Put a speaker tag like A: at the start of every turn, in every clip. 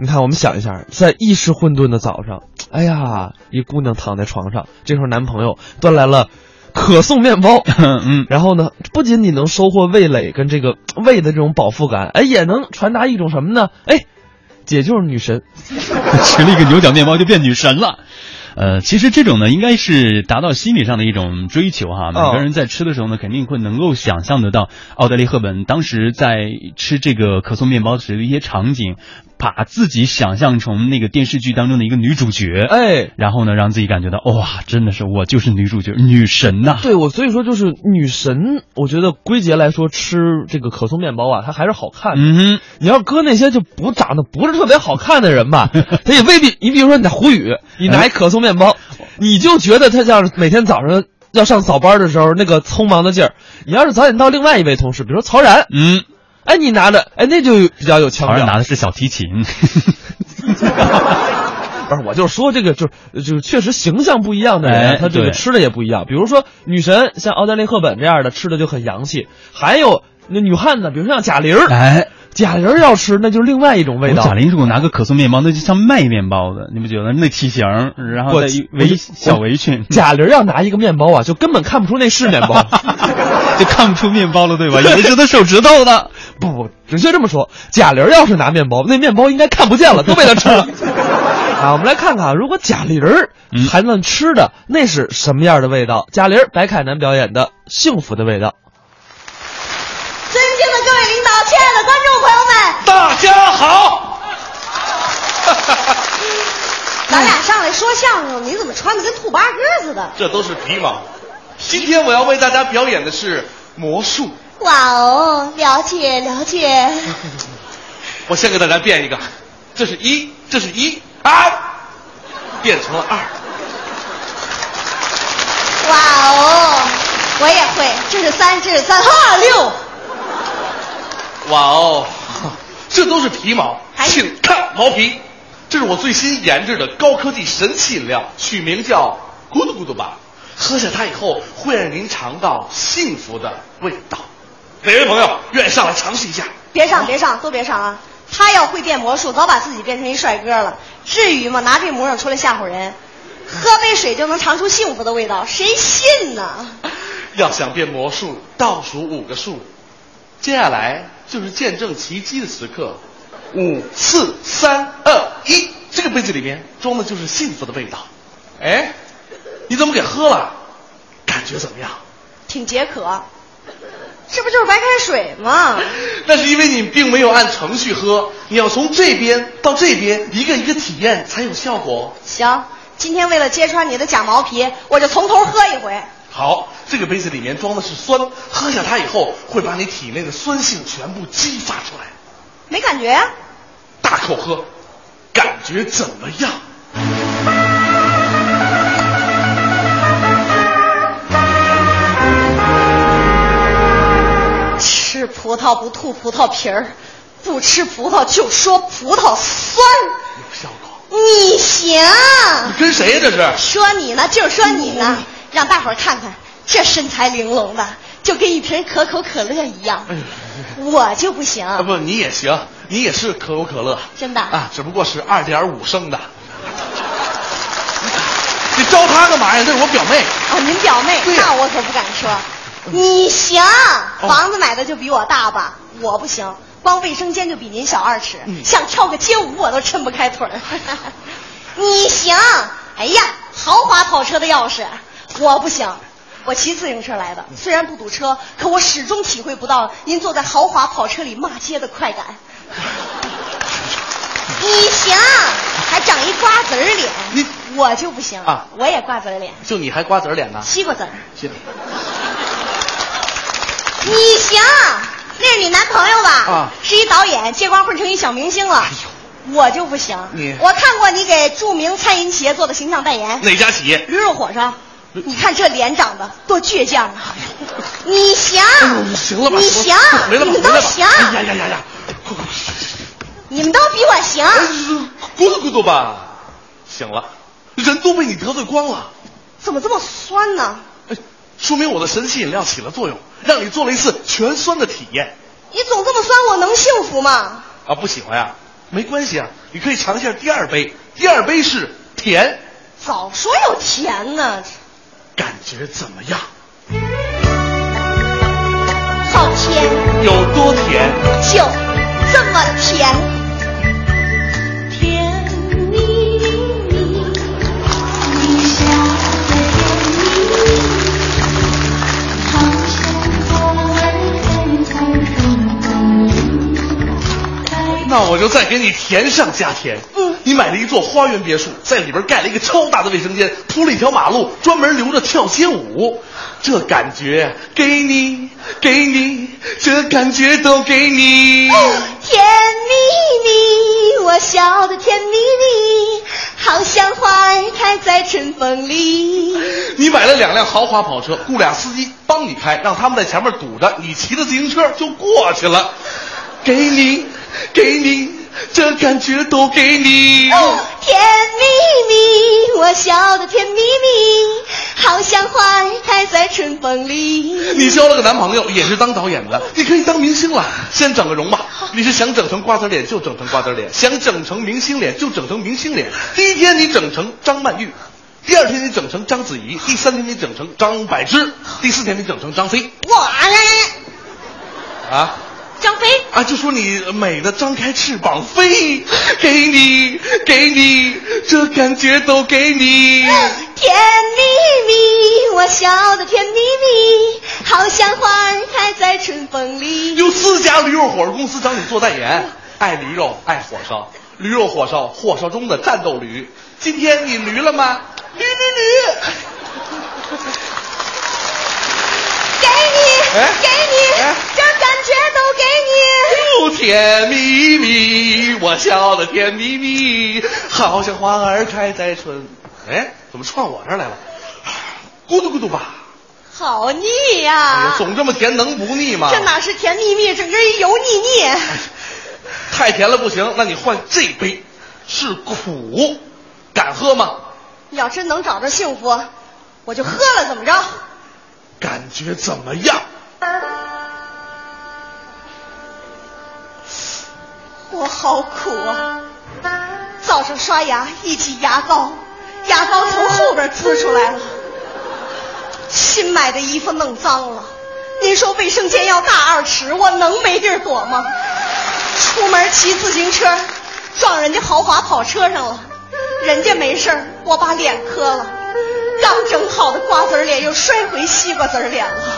A: 你看，我们想一下，在意识混沌的早上，哎呀，一姑娘躺在床上，这时候男朋友端来了可颂面包，
B: 嗯，
A: 然后呢，不仅仅能收获味蕾跟这个胃的这种饱腹感，哎，也能传达一种什么呢？哎，姐就是女神，
B: 吃了一个牛角面包就变女神了。呃，其实这种呢，应该是达到心理上的一种追求哈。每个人在吃的时候呢，肯定会能够想象得到奥黛丽·赫本当时在吃这个可颂面包时的一些场景，把自己想象成那个电视剧当中的一个女主角，
A: 哎，
B: 然后呢，让自己感觉到哇，真的是我就是女主角，女神呐、
A: 对我所以说就是女神，我觉得归结来说，吃这个可颂面包啊，它还是好看的。
B: 嗯哼，
A: 你要搁那些就不长得不是特别好看的人 吧，他也未必。你比如说，你拿胡宇，你拿一可颂面包，
B: 嗯
A: 你就觉得他像每天早上要上早班的时候那个匆忙的劲儿。你要是早点到另外一位同事，比如说曹然，
B: 嗯，
A: 哎，你拿着，哎，那就比较有腔
B: 好像拿
A: 调。
B: 的是小提琴。
A: 不是，我就是说这个，就是就是确实形象不一样的人啊
B: 哎，
A: 他这
B: 对
A: 个吃的也不一样。比如说女神像奥黛丽·赫本这样的，吃的就很洋气；还有那女汉子，比如说像贾玲儿，
B: 哎，
A: 贾玲儿要吃那就是另外一种味
B: 我
A: 道。
B: 贾玲如果拿个可颂面包，那就像卖面包的，你不觉得？那体型，然后
A: 我
B: 再一围
A: 我
B: 小围裙，
A: 贾玲要拿一个面包啊，就根本看不出那是面包。
B: 就看不出面包了，对 吧？以为是他手指头呢。
A: 不不，准确这么说，贾玲要是拿面包，那面包应该看不见了，都被她吃了。 啊，我们来看看，如果贾玲儿
B: 嗯
A: 还能吃的，那是什么样的味道？贾玲儿、白凯南表演的《幸福的味道》。
C: 尊敬的各位领导，亲爱的观众朋友
A: 大家
C: 们，
A: 好，
C: 咱俩上来说相声，你怎么穿的跟兔八哥似的？
D: 这都是皮毛。今天我要为大家表演的是魔术，
C: 哇哦，了解了 解。
D: 我先给大家变一个，这是一，这是一啊，变成了二，
C: 哇哦，我也会，这是三，这是三，哈六。
D: 哇哦，这都是皮毛，
C: 还有
D: 请看毛皮，这是我最新研制的高科技神奇饮料，取名叫咕嘟咕嘟吧，喝下它以后会让您尝到幸福的味道。哪位朋友愿意上来尝试一下？
C: 别上别上，都别上啊！他要会变魔术，早把自己变成一帅哥了，至于吗？拿这模样出来吓唬人，喝杯水就能尝出幸福的味道，谁信呢？
D: 要想变魔术，倒数五个数，接下来就是见证奇迹的时刻。五、四、三、二、一，这个杯子里面装的就是幸福的味道。哎，你怎么给喝了？感觉怎么样？
C: 挺解渴，这不就是白开水吗？
D: 那是因为你并没有按程序喝，你要从这边到这边一个一个体验才有效果。
C: 行，今天为了揭穿你的假毛皮，我就从头喝一回。
D: 好，这个杯子里面装的是酸，喝下它以后会把你体内的酸性全部激发出来。
C: 没感觉啊呀、
D: 大口喝，感觉怎么样？
C: 吃葡萄不吐葡萄皮儿，不吃葡萄就说葡萄酸。
D: 有效果。
C: 你行，
D: 你跟谁呀、这是？
C: 说你呢，就是说你呢，让大伙儿看看这身材玲珑的，就跟一瓶可口可乐一样。我就不行，
D: 啊，不，你也行，你也是可口可乐。
C: 真的
D: 啊，只不过是二点五升的。你招她干嘛呀？这是我表妹。
C: 哦，您表妹，
D: 对嗯
C: 那我可不敢说。你行，
D: 哦
C: 房子买的就比我大吧？我不行，光卫生间就比您小二尺，
D: 嗯
C: 想跳个街舞我都抻不开腿儿。 你行，哎呀，豪华跑车的钥匙，我不行。我骑自行车来
D: 嗯
C: 的，虽然不堵车，可我始终体会不到您坐在豪华跑车里骂街的 快感。你行，还长一瓜子儿脸，
D: 你
C: 我就不行
D: 啊
C: 我也瓜子儿脸，
D: 就你还瓜子儿脸呢？
C: 西瓜籽儿。
D: 行。
C: 你行，那是你男朋友吧？
D: 啊哎
C: 是一导演，借光混成一小明星了。我就不行。
D: 你
C: 我看过你给著名餐饮企业做的形象代言，
D: 哪家企业？
C: 驴肉火烧。你看这脸长得多倔强啊！
D: 哎
C: 你行，
D: 行了吧？
C: 你行
D: 行了吧，回来吧
C: 你们都
D: 回来吧
C: 行，啊
D: 哎呀呀呀呀！
C: 你们都比我行。
D: 哎咕嘟咕嘟吧。行了，人都被你得罪光了。
C: 怎么这么酸呢？
D: 哎说明我的神奇饮料起了作用，让你做了一次全酸的体验。
C: 你总这么酸，我能幸福吗？
D: 啊，不喜欢呀、没关系啊，你可以尝一下第二杯，第二杯是甜，
C: 早说有甜呢，
D: 感觉怎么样？
C: 好甜，
D: 有多甜？
C: 就这么甜。甜蜜蜜，你笑得甜蜜蜜。好像我们天空中
D: 那我就再给你甜上加甜。嗯，你买了一座花园别墅，在里边盖了一个超大的卫生间，铺了一条马路，专门留着跳街舞。这感觉给你，给你，这感觉都给 你。
C: 哦甜蜜蜜，我笑得甜蜜蜜，好像花儿开在春风 里。哦
D: 你买了两辆豪华跑车，雇俩司机帮你开，让他们在前面堵着，你骑着自行车就过去了。给你，给你，这感觉都给你。
C: 哦，甜蜜蜜，我笑得甜蜜蜜，好像花儿开在春风里。
D: 你交了个男朋友，也是当导演的，你可以当明星了。先整个容吧，你是想整成瓜子脸就整成瓜子脸，想整成明星脸就整成明星脸。第一天你整成张曼玉，第二天你整成章子怡，第三天你整成张柏芝，第四天你整成张飞
C: 我呢，
D: 啊
C: 张飞，
D: 啊！就说你美的张开翅膀飞，给你给你，这感觉都给你。
C: 甜蜜蜜，我笑得甜蜜蜜，好像花儿开在春风里。
D: 由四家驴肉火烧公司找你做代言，爱驴肉，爱火烧，驴肉火烧，火烧中的战斗驴。今天你驴了吗？驴驴
C: 给你，
D: 哎
C: 给你
D: 哎，
C: 这感觉都给你。
D: 驴，又哎甜蜜蜜，我笑得甜蜜蜜，好像花儿开在春。哎，怎么串我这儿来了？咕嘟咕嘟吧，
C: 好腻呀、
D: 哎呀，总这啊么甜能不腻吗？
C: 这哪是甜蜜蜜，整个一油腻腻。
D: 太甜了不行，那你换这杯，是苦，敢喝吗？
C: 你要真能找着幸福，我就喝了，怎么着？
D: 感觉怎么样？
C: 我好苦啊！早上刷牙一挤牙膏，牙膏从后边滋出来了。新买的衣服弄脏了，您说卫生间要大二尺，我能没地儿躲吗？出门骑自行车，撞人家豪华跑车上了，人家没事儿，我把脸磕了，刚整好的瓜子儿脸又摔回西瓜子儿脸了。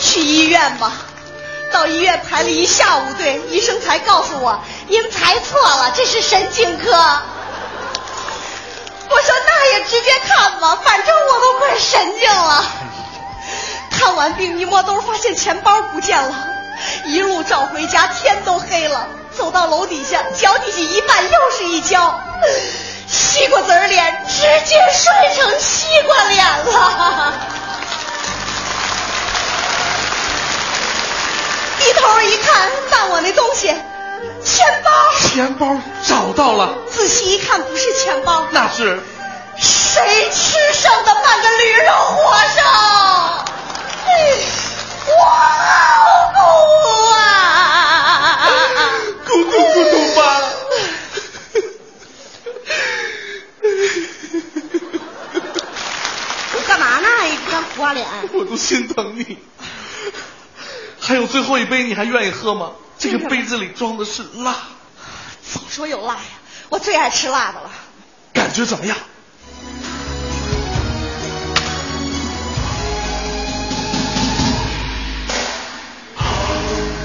C: 去医院吧。到医院排了一下午队，医生才告诉我，您排错了，这是神经科。我说那也直接看吧，反正我都快神经了。看完病一摸兜，发现钱包不见了，一路找回家，天都黑了。走到楼底下，脚底下一绊，又是一跤，西瓜籽儿脸直接摔成西瓜脸了。低头一看，翻我那东西，钱包。
D: 钱包找到了，
C: 仔细一看，不是钱包，
D: 那是
C: 谁吃剩的半个驴肉火烧？哎我好苦啊！
D: 咕嘟咕嘟吧。
C: 干嘛呢？一张苦瓜脸。
D: 我都心疼你。还有最后一杯，你还愿意喝吗？这个杯子里装的是辣，
C: 早说有辣呀，我最爱吃辣的了。
D: 感觉怎么样？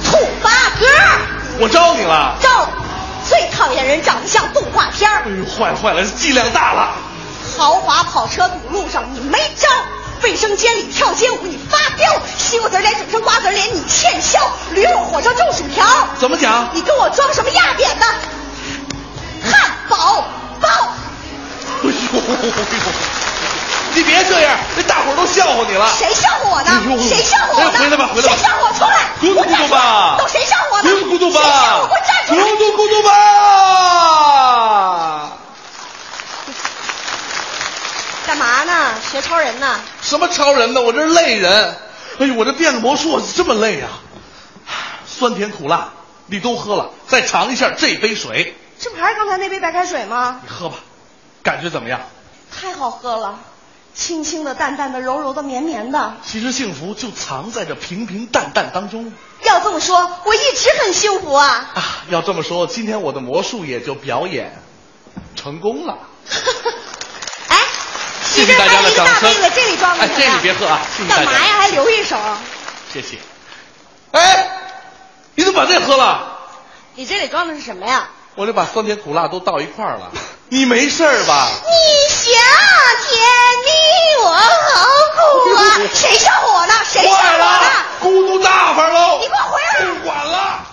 C: 土八哥，
D: 我招你了。
C: 照最讨厌人长得像动画片儿
D: 哎。呦，坏坏了，剂量大了。
C: 豪华跑车堵路上你没招，卫生间里跳街舞你发飙，西瓜籽儿脸整成瓜子儿脸你欠削，驴肉火烧种薯条，
D: 怎么讲？
C: 你跟我装什么压扁的？汉堡包，
D: 哎呦，你别这样，那大伙儿都笑话你了。
C: 谁笑话我
D: 哎呦
C: 呢？谁笑话我呢？
D: 哎回来吧回来吧
C: 谁笑话我出来？
D: 咕嘟咕嘟吧，
C: 都谁笑话我呢？
D: 咕嘟咕嘟吧，
C: 谁笑话我？给我站出来！
D: 咕嘟咕嘟吧，
C: 干嘛呢？学超人呢？
D: 什么超人呢？我这是累人。哎呦，我这变个魔术我这么累啊！酸甜苦辣，你都喝了，再尝一下这杯水，
C: 这不还是刚才那杯白开水吗？
D: 你喝吧，感觉怎么样？
C: 太好喝了，清清的、淡淡的、柔柔的、绵绵的。
D: 其实幸福就藏在这平平淡淡当中
C: 要这么说，我一直很幸福啊。
D: 啊！要这么说，今天我的魔术也就表演成功了。
C: 哎，
D: 谢谢
C: 你这
D: 大家
C: 还
D: 的
C: 一个
D: 掌
C: 大杯
D: 声
C: 子，这里装的
D: 哎
C: 什么呀
D: 这里别喝啊谢谢大
C: 干
D: 家
C: 嘛呀？还留一手？
D: 谢谢。哎，你怎么把这喝了？
C: 你这里装的是什么呀？
D: 我这把酸甜苦辣都倒一块儿 了。你没事儿吧？
C: 你想甜蜜，我好 苦啊！谁笑话我呢？谁笑话
D: 坏
C: 我
D: 了
C: 呢？，
D: 孤独大发喽！
C: 你给我回来
D: 不管了。